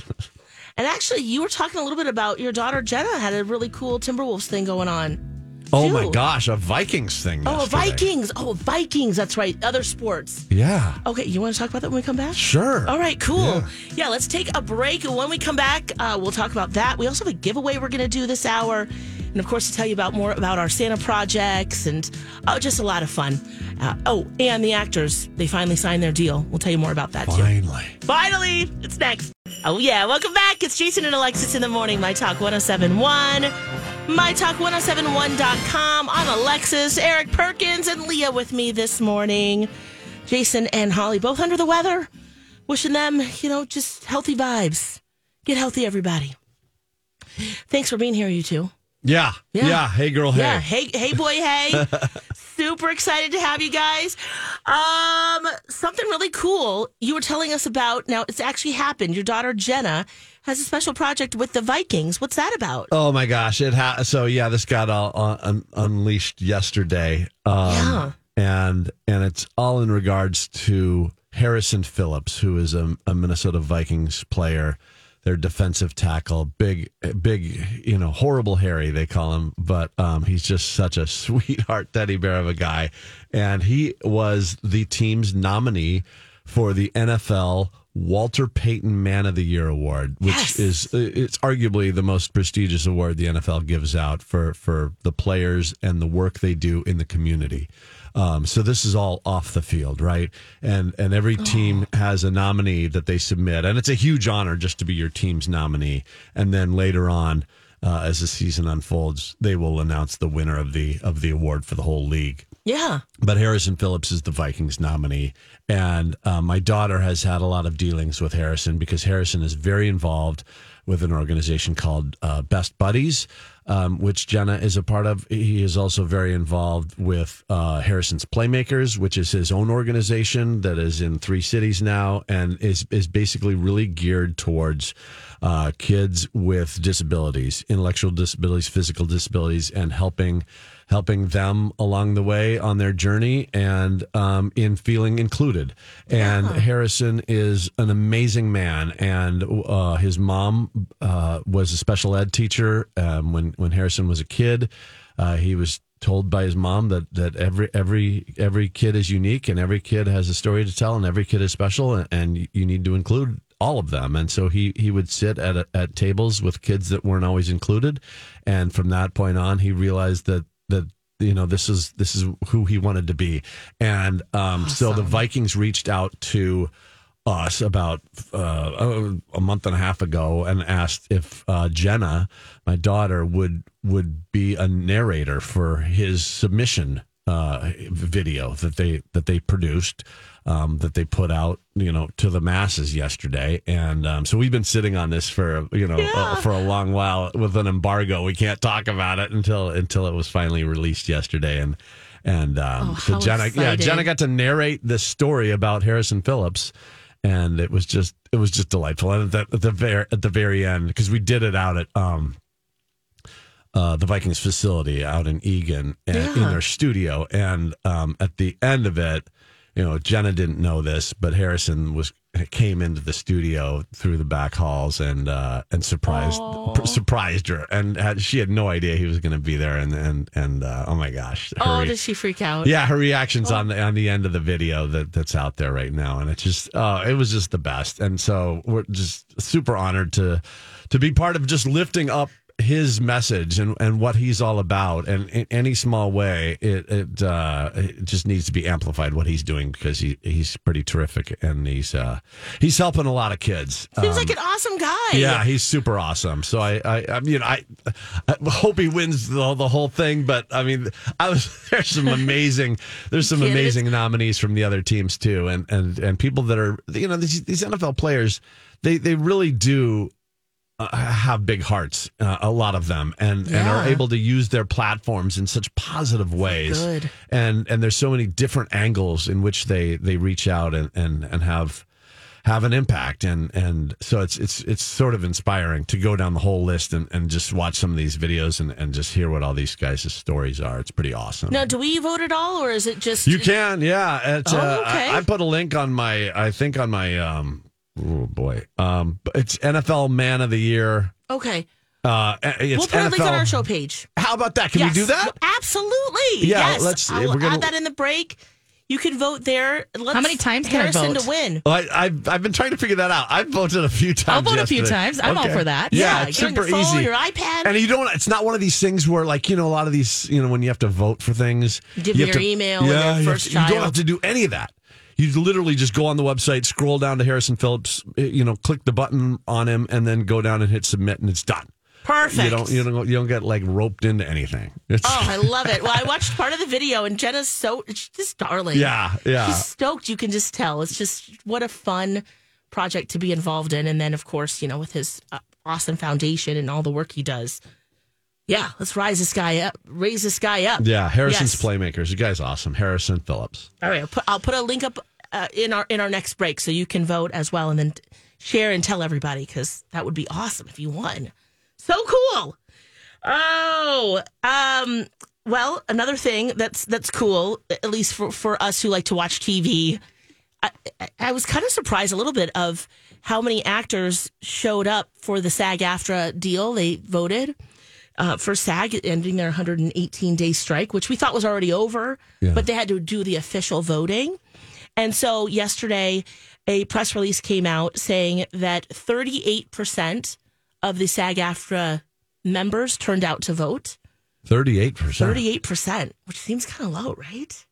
Speaker 2: and actually, you were talking a little bit about your daughter Jenna had a really cool Timberwolves thing going on.
Speaker 3: Oh
Speaker 2: do.
Speaker 3: my gosh, a Vikings thing.
Speaker 2: Oh,
Speaker 3: yesterday.
Speaker 2: Vikings. Oh, Vikings. That's right. Other sports.
Speaker 3: Yeah.
Speaker 2: Okay, you want to talk about that when we come back?
Speaker 3: Sure.
Speaker 2: All right, cool.
Speaker 3: Yeah.
Speaker 2: Yeah, let's take a break. And when we come back, uh, we'll talk about that. We also have a giveaway we're going to do this hour. And of course, to tell you about more about our Santa projects and oh, just a lot of fun. Uh, oh, and the actors, they finally signed their deal. We'll tell you more about that too.
Speaker 3: Finally.
Speaker 2: Finally, it's next. Oh, yeah. Welcome back. It's Jason and Alexis in the morning. My Talk 1071. MyTalk1071.com. I'm Alexis, Eric Perkins, and Leah with me this morning. Jason and Holly both under the weather. Wishing them, you know, just healthy vibes. Get healthy, everybody. Thanks for being here, you two.
Speaker 3: Yeah. Yeah.
Speaker 2: Yeah.
Speaker 3: Hey, girl. Hey.
Speaker 2: Yeah, hey, hey, boy, hey! Super excited to have you guys. Um, something really cool you were telling us about. Now it's actually happened. Your daughter Jenna has a special project with the Vikings. What's that about?
Speaker 3: Oh my gosh! It ha- so yeah, this got all uh, un- unleashed yesterday, um, yeah. and and it's all in regards to Harrison Phillips, who is a, a Minnesota Vikings player, their defensive tackle, big big you know horrible Harry they call him, but um, he's just such a sweetheart teddy bear of a guy, and he was the team's nominee for the NFL. Walter Payton Man of the Year award, which
Speaker 2: Yes.
Speaker 3: is is- it's arguably the most prestigious award the NFL gives out for for the players and the work they do in the community. Um, so this is all off the field, right? And and every team has a nominee that they submit, and it's a huge honor just to be your team's nominee. And then later on, uh, as the season unfolds, they will announce the winner of the of the award for the whole league
Speaker 2: Yeah,
Speaker 3: but Harrison Phillips is the Vikings nominee. And uh, my daughter has had a lot of dealings with Harrison because Harrison is very involved with an organization called uh, Best Buddies, um, which Jenna is a part of. He is also very involved with uh, Harrison's Playmakers, which is his own organization that is in three cities now and is, is basically really geared towards uh, kids with disabilities, intellectual disabilities, physical disabilities, and helping helping them along the way on their journey and um, in feeling included. And Harrison is an amazing man, and uh, his mom uh, was a special ed teacher um, when when Harrison was a kid. Uh, he was told by his mom that that every every every kid is unique and every kid has a story to tell and every kid is special and, and you need to include all of them and so he he would sit at a, at tables with kids that weren't always included and from that point on he realized that that you know this is this is who he wanted to be and um so the vikings reached out to us about uh, a month and a half ago and asked if uh, Jenna, my daughter, would would be a narrator for his submission uh, video that they that they produced um, that they put out you know to the masses yesterday and um, so we've been sitting on this for you know uh, for a long while with an embargo we can't talk about it until until it was finally released yesterday and and um,
Speaker 2: Oh,
Speaker 3: so
Speaker 2: how
Speaker 3: Jenna yeah
Speaker 2: exciting.
Speaker 3: Jenna got to narrate this story about Harrison Phillips and it was just it was just delightful. And at the, at the very at the very end, because we did it out at um uh, the Vikings facility out in Egan and in their studio, and um at the end of it, you know Jenna didn't know this, but Harrison was came into the studio through the back halls and uh and surprised pr- surprised her and had, she had no idea he was going to be there and and and uh, oh my gosh her
Speaker 2: Oh,
Speaker 3: re-
Speaker 2: does she freak out?
Speaker 3: yeah, her reactions on the on the end of the video that that's out there right now, and it's just uh, it was just the best, and so we're just super honored to to be part of just lifting up his message and and what he's all about, and in any small way, it it, uh, it just needs to be amplified what he's doing because he he's pretty terrific, and he's uh, he's helping a lot of kids.
Speaker 2: Seems
Speaker 3: Um,
Speaker 2: like an awesome guy.
Speaker 3: yeah, he's super awesome. So I, I, I mean, I, I hope he wins the, the whole thing. But I mean, I was there's some amazing there's some
Speaker 2: Candidates.
Speaker 3: amazing nominees from the other teams too, and and and people that are you know these, these NFL players, they they really do uh, have big hearts, uh, a lot of them, and and are
Speaker 2: Yeah.
Speaker 3: able to use their platforms in such positive ways.
Speaker 2: good.
Speaker 3: And and there's so many different angles in which they they reach out and and and have have an impact and and so it's it's it's sort of inspiring to go down the whole list and, and just watch some of these videos and, and just hear what all these guys' stories are. It's pretty awesome.
Speaker 2: Now, do we vote at all, or is it just
Speaker 3: You can, yeah. It's,
Speaker 2: Oh,
Speaker 3: uh,
Speaker 2: okay.
Speaker 3: I, I put a link on my, I think on my, um, oh boy, um, it's NFL Man of the Year.
Speaker 2: Okay.
Speaker 3: Uh, it's
Speaker 2: we'll put a link on
Speaker 3: NFL.
Speaker 2: our show page.
Speaker 3: How about that? Can
Speaker 2: Yes.
Speaker 3: we do that?
Speaker 2: Absolutely.
Speaker 3: Yeah,
Speaker 2: yes.
Speaker 3: let's-
Speaker 2: I'll
Speaker 3: we're gonna-
Speaker 2: add that in the break. You can vote there. Let's
Speaker 4: How many times can I
Speaker 2: Harrison
Speaker 4: vote?
Speaker 2: to win?
Speaker 3: Well, I, I've, I've been trying to figure that out. I've voted a few times.
Speaker 4: vote a few
Speaker 3: yesterday.
Speaker 4: times. I'm all for that.
Speaker 3: Yeah,
Speaker 2: Yeah,
Speaker 3: it's
Speaker 2: get on
Speaker 3: super
Speaker 2: your phone,
Speaker 3: easy.
Speaker 2: your iPad.
Speaker 3: and you don't. It's not one of these things where, like, you know, a lot of these, you know, when you have to vote for things,
Speaker 2: Give
Speaker 3: you have
Speaker 2: your
Speaker 3: to-
Speaker 2: email and your
Speaker 3: you have
Speaker 2: first
Speaker 3: to- You don't
Speaker 2: child.
Speaker 3: have to do any of that. You literally just go on the website, scroll down to Harrison Phillips, eh, you know, click the button on him, and then go down and hit submit, and it's done.
Speaker 2: Perfect.
Speaker 3: You don't, you don't, you don't get like roped into anything. It's,
Speaker 2: Oh, I love it. Well, I watched part of the video, and Jenna's so she's just darling.
Speaker 3: Yeah, yeah.
Speaker 2: She's stoked. You can just tell. It's just what a fun project to be involved in, and then of course, you know, with his uh, awesome foundation and all the work he does. Yeah, let's rise this guy up. Raise this guy up.
Speaker 3: yeah, Harrison's
Speaker 2: Yes.
Speaker 3: playmakers. You guys, awesome. Harrison Phillips.
Speaker 2: All right, I'll put, I'll put a link up uh, in our in our next break, so you can vote as well, and then t- share and tell everybody because that would be awesome if you won. So cool. Oh, um, well, another thing that's that's cool, at least for for us who like to watch TV. I, I- I was kind of surprised a little bit of how many actors showed up for the SAG-AFTRA deal. They voted uh, for SAG ending their 118 day strike, which we thought was already over, but they had to do the official voting. And so yesterday, a press release came out saying that 38% of the SAG AFTRA members turned out to vote.
Speaker 3: Thirty-eight percent.
Speaker 2: 38%, which seems kind of low, right?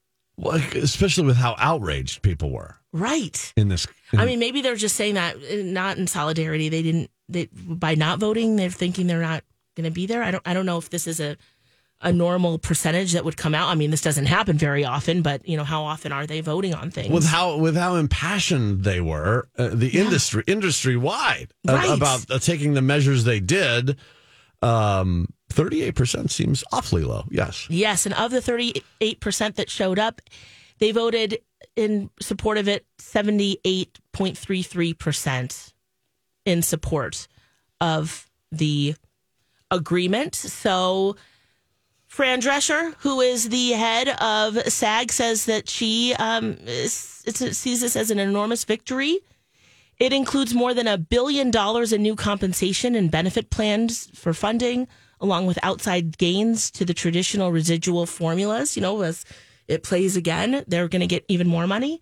Speaker 3: especially with how outraged people were
Speaker 2: Right.
Speaker 3: in this.
Speaker 2: I mean, maybe they're just saying that uh, not in solidarity. They didn't they by not voting, they're thinking they're not going to be there. I don't I don't know if this is a a normal percentage that would come out. I mean, this doesn't happen very often, but you know, how often are they voting on things?
Speaker 3: with how with how impassioned they were, uh, the industry industry wide
Speaker 2: Right.
Speaker 3: about uh, taking the measures they did. Um, Thirty-eight percent seems awfully low. Yes,
Speaker 2: Yes, and of the 38% that showed up, they voted in support of it 78.33% in support of the agreement. So Fran Drescher, who is the head of SAG, says that she um, is, it's- sees this as an enormous victory. It includes more than a billion dollars in new compensation and benefit plans for funding, along with outside gains to the traditional residual formulas. You know, as it plays again, they're going to get even more money.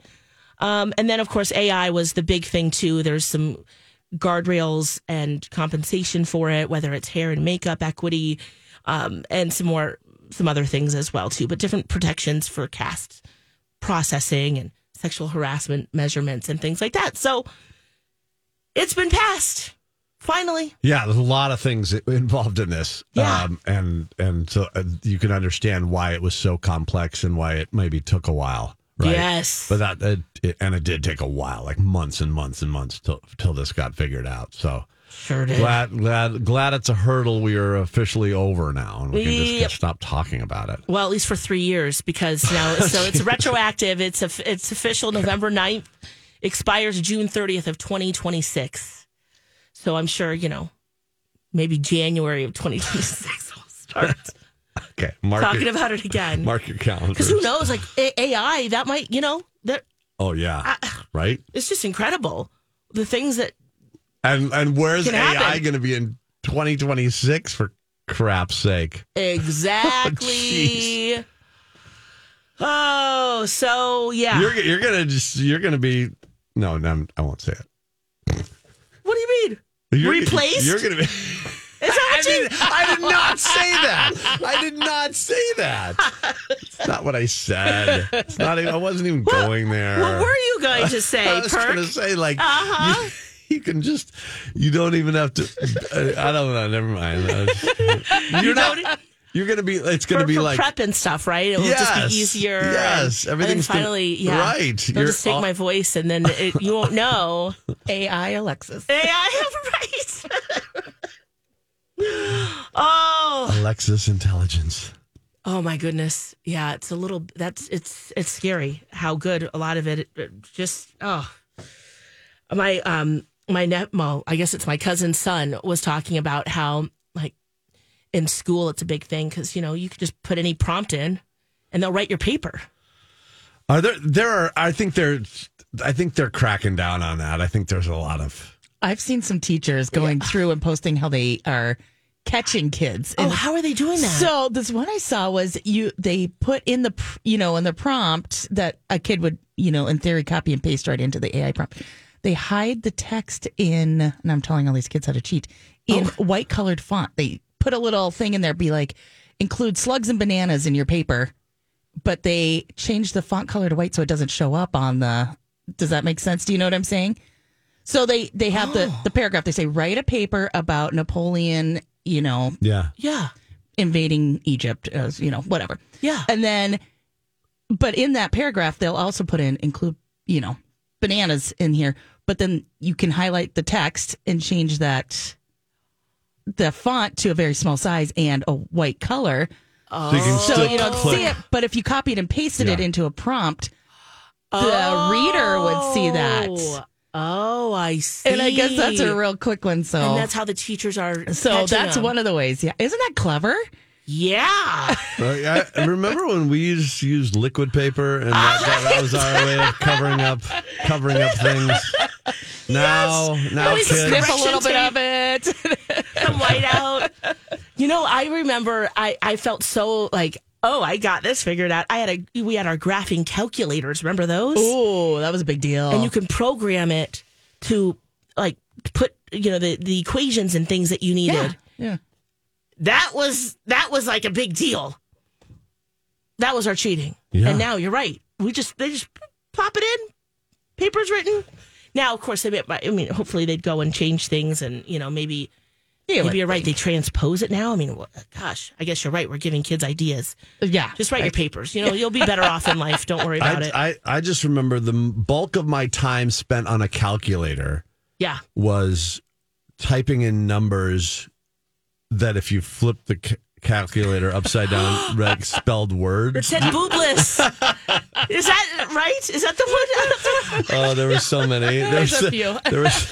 Speaker 2: Um, and then, of course, AI was the big thing too. There's some guardrails and compensation for it, whether it's hair and makeup equity, um, and some more some other things as well too. But different protections for cast processing and sexual harassment measurements and things like that. So it's been passed finally.
Speaker 3: yeah. There's a lot of things involved in this, Um,
Speaker 2: Yeah.
Speaker 3: and and so uh, you can understand why it was so complex and why it maybe took a while. Right?
Speaker 2: Yes.
Speaker 3: but that it, it, and it did take a while, like months and months and months till till this got figured out. So
Speaker 2: Sure did.
Speaker 3: glad glad glad it's a hurdle we are officially over now and we can just
Speaker 2: Yep.
Speaker 3: stop talking about it
Speaker 2: Well, at least for three years, because now so
Speaker 3: Oh,
Speaker 2: it's retroactive. It's of- it's official November 9th, expires June thirtieth of twenty twenty six. So I'm sure you know, maybe January of twenty twenty six I'll start
Speaker 3: okay mark
Speaker 2: talking
Speaker 3: your,
Speaker 2: about it again.
Speaker 3: mark your calendar
Speaker 2: Because who knows? Like A- AI, that might you know that
Speaker 3: oh yeah right
Speaker 2: it's just incredible the things that
Speaker 3: and and where's
Speaker 2: Can
Speaker 3: ai
Speaker 2: happen.
Speaker 3: going to be in 2026 for crap's sake
Speaker 2: exactly. oh, so yeah.
Speaker 3: you're you're going to just you're going to be no, no I won't say it
Speaker 2: what do you mean?
Speaker 3: You're-
Speaker 2: Replaced?
Speaker 3: You're going to be
Speaker 2: Is that
Speaker 3: I
Speaker 2: what you?
Speaker 3: did, I did not say that. I did not say that. It's not what I said. It's not even, I wasn't even going there.
Speaker 2: What were you going to
Speaker 3: I
Speaker 2: say,
Speaker 3: was
Speaker 2: Perk?
Speaker 3: gonna say like
Speaker 2: Uh-huh.
Speaker 3: you, you can just you don't even have to. I don't know. Never mind. I was- You're not. You're gonna be. It's gonna
Speaker 2: for,
Speaker 3: be
Speaker 2: for
Speaker 3: like
Speaker 2: prep and stuff, right? It will just
Speaker 3: Yes,
Speaker 2: be easier.
Speaker 3: yes,
Speaker 2: and-
Speaker 3: everything's
Speaker 2: And then finally,
Speaker 3: gonna-
Speaker 2: yeah,
Speaker 3: right,
Speaker 2: They'll
Speaker 3: you're
Speaker 2: just take
Speaker 3: all-
Speaker 2: my voice, and then it, you won't know.
Speaker 4: AI Alexis.
Speaker 2: hey, I have right. oh,
Speaker 3: Alexis intelligence.
Speaker 2: oh my goodness! Yeah, it's a little. That's it's it's scary how good a lot of it. it just oh, my um my net. Well, I guess it's my cousin's son was talking about how like in school it's a big thing because you know you could just put any prompt in, and they'll write your paper.
Speaker 3: Are there? There are. I think they're. I think they're cracking down on that. I think there's a lot of.
Speaker 4: I've seen some teachers going through and posting how they are catching kids.
Speaker 2: Oh,
Speaker 4: And
Speaker 2: how are they doing that?
Speaker 4: so this one I saw was you. They put in the pr- you know in the prompt that a kid would you know in theory copy and paste right into the AI prompt. They hide the text in, and I'm telling all these kids how to cheat in
Speaker 2: Oh.
Speaker 4: white colored font. They put a little thing in there, be like, include slugs and bananas in your paper, but they change the font color to white so it doesn't show up on the. Does that make sense? Do you know what I'm saying? So they they have the
Speaker 2: Oh.
Speaker 4: the paragraph. They say write a paper about Napoleon. You know,
Speaker 3: Yeah.
Speaker 2: yeah.
Speaker 4: invading Egypt, as you know, whatever.
Speaker 2: Yeah.
Speaker 4: And then, but in that paragraph, they'll also put in include, you know, bananas in here. But then you can highlight the text and change that the font to a very small size and a white color,
Speaker 3: So you can
Speaker 4: Oh. so
Speaker 3: still
Speaker 4: you don't
Speaker 3: click.
Speaker 4: see it. But if you copied and pasted it
Speaker 3: Yeah.
Speaker 4: into a prompt, the
Speaker 2: Oh.
Speaker 4: reader would see that.
Speaker 2: Oh, I see.
Speaker 4: And I guess that's a real quick one. So.
Speaker 2: And that's how the teachers are.
Speaker 4: so
Speaker 2: catching
Speaker 4: that's
Speaker 2: them.
Speaker 4: one of the ways. Yeah. Isn't that clever?
Speaker 2: Yeah.
Speaker 3: Uh, I, remember when we used used liquid paper and that, that, that was our way of covering up covering up things. Now, now
Speaker 2: Always a
Speaker 3: kids.
Speaker 4: Sniff a
Speaker 2: Correction
Speaker 4: little bit
Speaker 2: tape.
Speaker 4: of it.
Speaker 2: Some white out. You know, I remember I, I felt so like, oh, I got this figured out. I had a we had our graphing calculators. Remember those?
Speaker 4: Ooh, that was a big deal.
Speaker 2: And you can program it to like put you know the the equations and things that you needed.
Speaker 4: yeah, yeah.
Speaker 2: That was that was like a big deal. That was our cheating.
Speaker 3: Yeah.
Speaker 2: And now you're right. We just they just pop it in. Paper's written. Now, of course, they might- I mean, hopefully they'd go and change things, and you know, maybe
Speaker 4: Yeah,
Speaker 2: Maybe you're right. They transpose it now. I mean, wh- gosh, I guess you're right. We're giving kids ideas.
Speaker 4: yeah.
Speaker 2: Just write your papers. You know, you'll be better off in life. Don't worry about
Speaker 3: I,
Speaker 2: it.
Speaker 3: I, I just remember the bulk of my time spent on a calculator
Speaker 2: yeah.
Speaker 3: was typing in numbers that if you flip the c- calculator upside down, like spelled
Speaker 2: It
Speaker 3: words.
Speaker 2: said boobless. Is that right? Is that the one?
Speaker 3: Oh, there were so many. There
Speaker 4: There's
Speaker 3: was
Speaker 4: a few.
Speaker 3: There was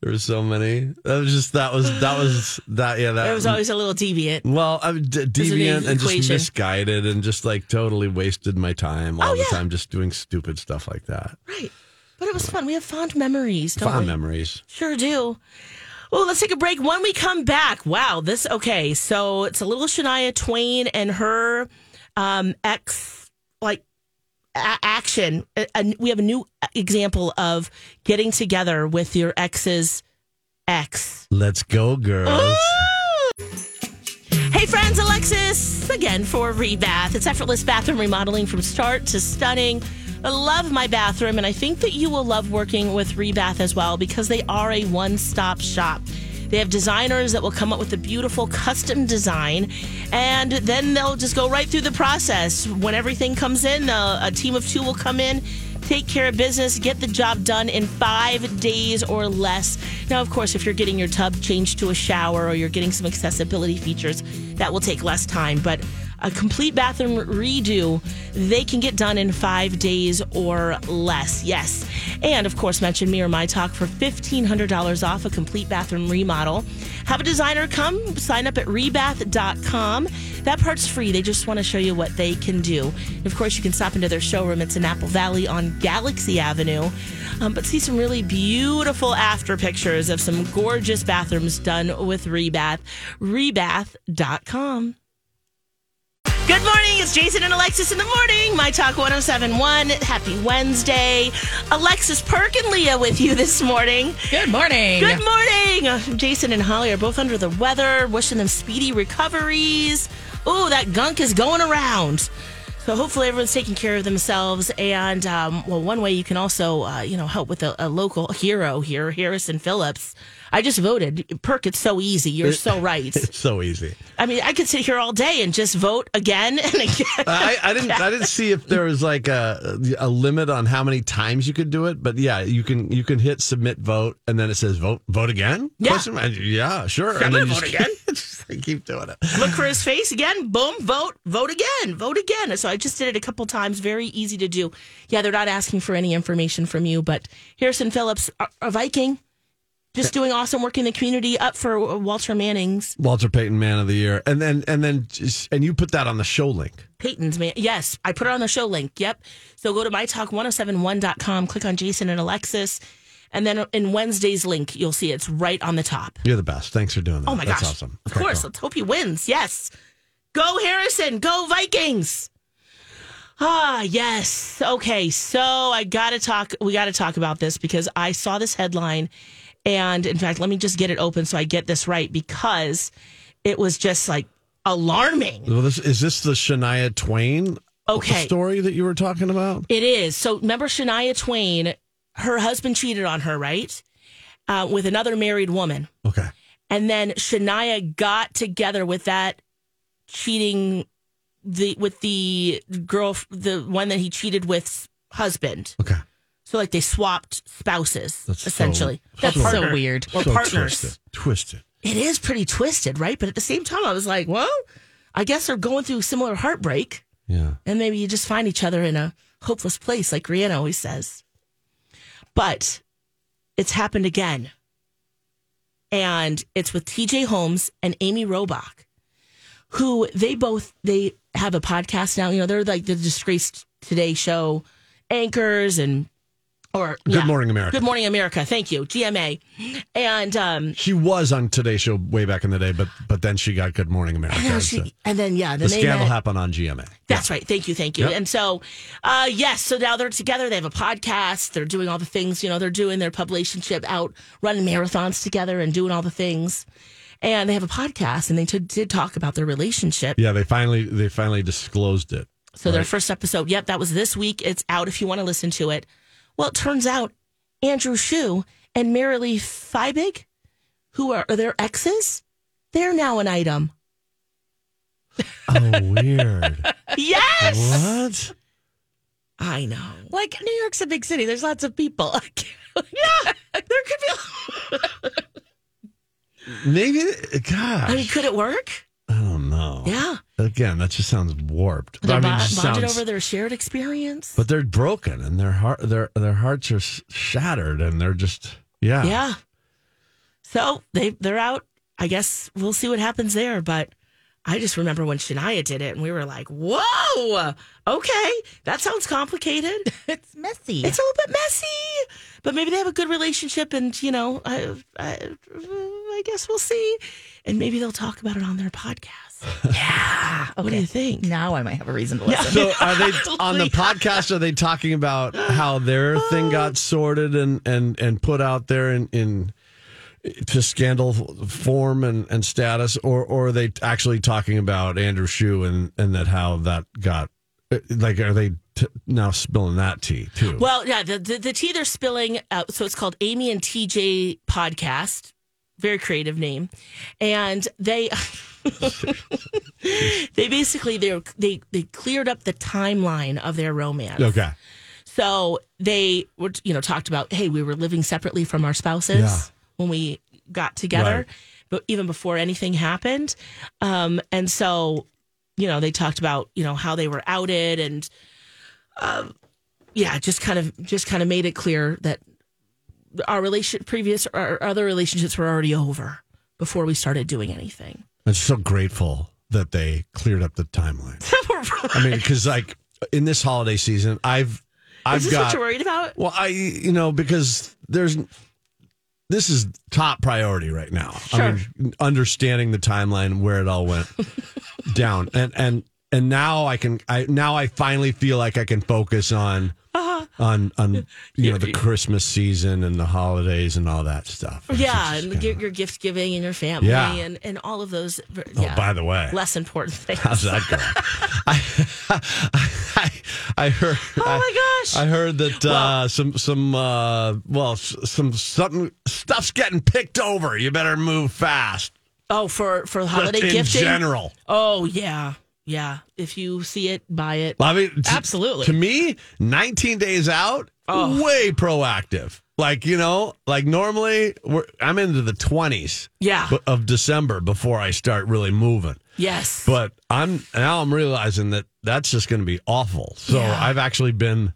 Speaker 3: there were so many. That was just that was that was that yeah that
Speaker 2: There was always a little deviant.
Speaker 3: well I mean, d- deviant and just
Speaker 2: equation.
Speaker 3: misguided and just like totally wasted my time all
Speaker 2: Oh,
Speaker 3: the
Speaker 2: yeah.
Speaker 3: time just doing stupid stuff like that.
Speaker 2: Right. But it was fun. We have fond memories. Don't
Speaker 3: Fond
Speaker 2: we?
Speaker 3: memories.
Speaker 2: Sure do. Well, let's take a break. When we come back, wow, this okay. So it's a little Shania Twain and her um, ex like a- action. A- and we have a new example of getting together with your ex's ex.
Speaker 3: Let's go,
Speaker 2: Oh,
Speaker 3: girls.
Speaker 2: Hey, friends, Alexis again for Rebath. It's effortless bathroom remodeling from start to stunning. I love my bathroom, and I think that you will love working with Rebath as well because they are a one stop shop. They have designers that will come up with a beautiful custom design, and then they'll just go right through the process. When everything comes in, uh, a, a team of two will come in, take care of business, get the job done in five days or less. Now, of course, if you're getting your tub changed to a shower or you're getting some accessibility features, that will take less time. But a complete bathroom redo, they can get done in five days or less. Yes. And of course, mention me or my talk for $1,500 off a complete bathroom remodel. Have a designer come sign up at rebath.com. That part's free. They just want to show you what they can do. And of course, you can stop into their showroom. It's in Apple Valley on Galaxy Avenue. Um, but see some really beautiful after pictures of some gorgeous bathrooms done with Rebath. Rebath.com. Good morning. It's Jason and Alexis in the morning. My Talk 1071. Happy Wednesday. Alexis Perk and Leah with you this morning.
Speaker 4: Good morning.
Speaker 2: Good morning. Uh, Jason and Holly are both under the weather, wishing them speedy recoveries. Ooh, that gunk is going around. So hopefully everyone's taking care of themselves. And um, well, one way you can also, uh, you know, help with a, a local hero here, Harrison Phillips. I just voted. Perk, it's so easy. You're so right.
Speaker 3: It's so easy.
Speaker 2: I mean, I could sit here all day and just vote again and again.
Speaker 3: I, I didn't. I didn't see if there was like a a limit on how many times you could do it, but yeah, you can you can hit submit vote, and then it says vote vote again.
Speaker 2: Yeah.
Speaker 3: Question mark? yeah, sure.
Speaker 2: I'm
Speaker 3: and then
Speaker 2: gonna
Speaker 3: you
Speaker 2: vote
Speaker 3: just-
Speaker 2: again.
Speaker 3: just like keep doing it.
Speaker 2: look for his face again. Boom, vote, vote again, vote again. So I just did it a couple times. Very easy to do. Yeah, they're not asking for any information from you, but Harrison Phillips, a- a Viking, just doing awesome work in the community, up for Walter Manning's
Speaker 3: Walter Payton Man of the Year, and then and then just- and you put that on the show link.
Speaker 2: Peyton's man. Yes, I oh put it on the show link. Yep. So go to mytalk1071.com, click on Jason and Alexis, And then in Wednesday's link, you'll see it's right on the top.
Speaker 3: You're the best. Thanks for doing that.
Speaker 2: Oh my
Speaker 3: That's
Speaker 2: gosh.
Speaker 3: awesome.
Speaker 2: Of
Speaker 3: Okay,
Speaker 2: course.
Speaker 3: cool.
Speaker 2: Let's hope he wins. Yes. Go Harrison. Go Vikings. Ah, yes. Okay. So I got to talk. We got to talk about this because I saw this headline. And in fact, let me just get it open so I get this right because it was just like alarming.
Speaker 3: Well, this, is this the Shania Twain
Speaker 2: Okay.
Speaker 3: story that you were talking about?
Speaker 2: It is. So remember Shania Twain, her husband cheated on her, right? Uh, with another married woman.
Speaker 3: Okay.
Speaker 2: And then Shania got together with that cheating the with the girl the one that he cheated with husband.
Speaker 3: Okay.
Speaker 2: So like they swapped spouses
Speaker 3: That's so-
Speaker 2: essentially.
Speaker 3: That's
Speaker 4: so
Speaker 2: partner.
Speaker 4: weird.
Speaker 2: Or
Speaker 3: so
Speaker 2: partners.
Speaker 3: twisted. Twisted.
Speaker 2: It is pretty twisted, right? But at the same time I was like, well, I guess they're going through similar heartbreak.
Speaker 3: Yeah.
Speaker 2: And maybe you just find each other in a hopeless place, like Rihanna always says. But it's happened again. And it's with TJ Holmes and Amy Robach, who they both they have a podcast now. You know, they're like the disgraced Today Show anchors and or
Speaker 3: Good Morning America.
Speaker 2: Good Morning America. Thank you, GMA. And um,
Speaker 3: She was on Today Show way back in the day, but but then she got Good Morning America.
Speaker 2: and then
Speaker 3: and so-
Speaker 2: she and then yeah,
Speaker 3: the
Speaker 2: then they
Speaker 3: scandal
Speaker 2: met.
Speaker 3: happened on GMA.
Speaker 2: That's right. Thank you. Thank you.
Speaker 3: Yep.
Speaker 2: And so, uh, yes, so now they're together. They have a podcast. They're doing all the things, you know, they're doing their publicationship out, running marathons together and doing all the things. And they have a podcast and they t- did talk about their relationship.
Speaker 3: Yeah, they finally they finally disclosed it.
Speaker 2: So their first episode, yep, that was this week. It's out if you want to listen to it. Well, it turns out Andrew Shue and Marilee Feibig, who are, are their exes, they're now an item.
Speaker 3: Oh, weird.
Speaker 2: Yes.
Speaker 3: what?
Speaker 2: I know.
Speaker 4: Like New York's a big city. There's lots of people.
Speaker 2: Yeah. There could be.
Speaker 3: Maybe.
Speaker 2: I mean,
Speaker 3: Gosh,
Speaker 2: could it work?
Speaker 3: I don't know.
Speaker 2: Yeah.
Speaker 3: Again, that just sounds warped.
Speaker 2: They're
Speaker 3: I mean,
Speaker 2: bo-
Speaker 3: it
Speaker 2: bonded
Speaker 3: just sounds-
Speaker 2: over their shared experience.
Speaker 3: but they're broken and their heart their their hearts are s- shattered and they're just yeah.
Speaker 2: yeah. So they they're out. I guess we'll see what happens there. But I just remember when Shania did it, and we were like, "Whoa, okay, that sounds complicated.
Speaker 4: it's messy.
Speaker 2: It's a little bit messy, but maybe they have a good relationship, and you know, I I, I guess we'll see, and maybe they'll talk about it on their podcast. Yeah. What do you think?
Speaker 4: now I might have a reason to listen.
Speaker 3: So are they on the podcast? Are they talking about how
Speaker 2: Uh,
Speaker 3: their thing got sorted and and and put out there in in to scandal form and and status, or or are they actually talking about Andrew Shue and and that how that got like are they t- now spilling that tea too?
Speaker 2: Well, yeah, the, the, the tea they're spilling, uh, so it's called Amy and TJ Podcast. Very creative name. And they. they basically they they they cleared up the timeline of their romance.
Speaker 3: okay,
Speaker 2: So they were you know talked about hey we were living separately from our spouses
Speaker 3: Yeah.
Speaker 2: when we got together,
Speaker 3: Right.
Speaker 2: but even before anything happened, um, and so you know they talked about you know how they were outed and um, yeah just kind of just kind of made it clear that our relation previous our other relationships were already over before we started doing anything.
Speaker 3: I'm so grateful that they cleared up the timeline. I mean, because like in this holiday season, I've I've
Speaker 2: Is this
Speaker 3: got
Speaker 2: what you're worried about?
Speaker 3: Well, I you know because there's this is top priority right now. I mean, understanding the timeline where it all went down, and and and now I can I now I finally feel like I can focus on
Speaker 2: Uh-huh.
Speaker 3: on on you know the Christmas season and the holidays and all that stuff. It's
Speaker 2: Yeah,
Speaker 3: just
Speaker 2: and
Speaker 3: kinda-
Speaker 2: your, your gift giving and your family
Speaker 3: Yeah.
Speaker 2: and, and all of those.
Speaker 3: oh,
Speaker 2: Yeah,
Speaker 3: by the way,
Speaker 2: less important things.
Speaker 3: how's that going? I, I I heard.
Speaker 2: Oh my gosh!
Speaker 3: I heard that uh, some some uh, well s- some something stuff's getting picked over. You better move fast.
Speaker 2: oh, for for
Speaker 3: But
Speaker 2: holiday
Speaker 3: in
Speaker 2: gifting.
Speaker 3: general,
Speaker 2: Oh yeah, yeah. If you see it, buy it.
Speaker 3: I mean, t-
Speaker 4: Absolutely.
Speaker 3: To me, 19 days out,
Speaker 2: Oh.
Speaker 3: way proactive. Like you know, like normally we're, I'm into the 20s
Speaker 2: Yeah.
Speaker 3: b- of December before I start really moving.
Speaker 2: Yes.
Speaker 3: But I'm now I'm realizing that that's just going to be awful. So
Speaker 2: Yeah.
Speaker 3: I've actually been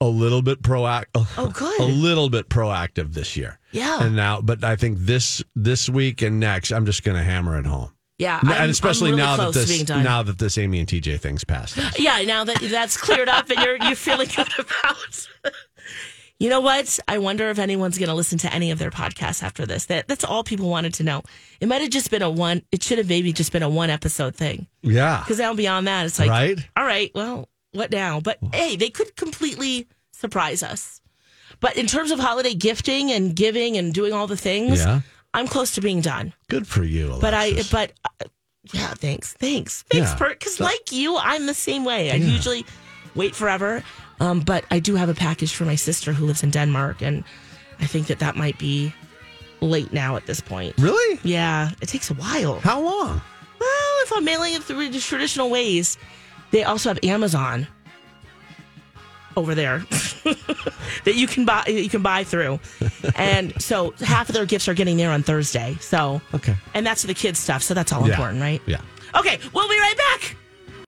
Speaker 3: a little bit proactive.
Speaker 2: Oh, good.
Speaker 3: A little bit proactive this year.
Speaker 2: Yeah.
Speaker 3: And now, but I think this this week and next, I'm just going to hammer it home.
Speaker 2: yeah,
Speaker 3: and especially
Speaker 2: really
Speaker 3: now that
Speaker 2: close to being
Speaker 3: this
Speaker 2: done.
Speaker 3: now that this Amy and TJ thing's passed.
Speaker 2: yeah, now that that's cleared up and you're you're feeling good about. You know what? I wonder if anyone's going to listen to any of their podcasts after this. That that's all people wanted to know. It might have just been a one. It should have maybe just been a one episode thing.
Speaker 3: Yeah.
Speaker 2: Because now beyond that, it's like,
Speaker 3: Right?
Speaker 2: All right, well, what now? But hey, they could completely surprise us. But in terms of holiday gifting and giving and doing all the things,
Speaker 3: Yeah.
Speaker 2: I'm close to being done.
Speaker 3: Good for you.
Speaker 2: But
Speaker 3: Alexis.
Speaker 2: I, but uh, yeah, thanks, thanks, thanks,
Speaker 3: Yeah.
Speaker 2: Bert. Because like you, I'm the same way. I usually wait forever, um, but I do have a package for my sister who lives in Denmark, and I think that that might be late now at this point.
Speaker 3: Really?
Speaker 2: Yeah, it takes a while.
Speaker 3: How long?
Speaker 2: Well, if I'm mailing it through the traditional ways, they also have Amazon over there that you can buy you can buy through. and so half of their gifts are getting there on Thursday. So
Speaker 3: Okay.
Speaker 2: And that's the kids stuff, so that's all
Speaker 3: Yeah.
Speaker 2: important, right?
Speaker 3: Yeah.
Speaker 2: Okay, we'll be right back.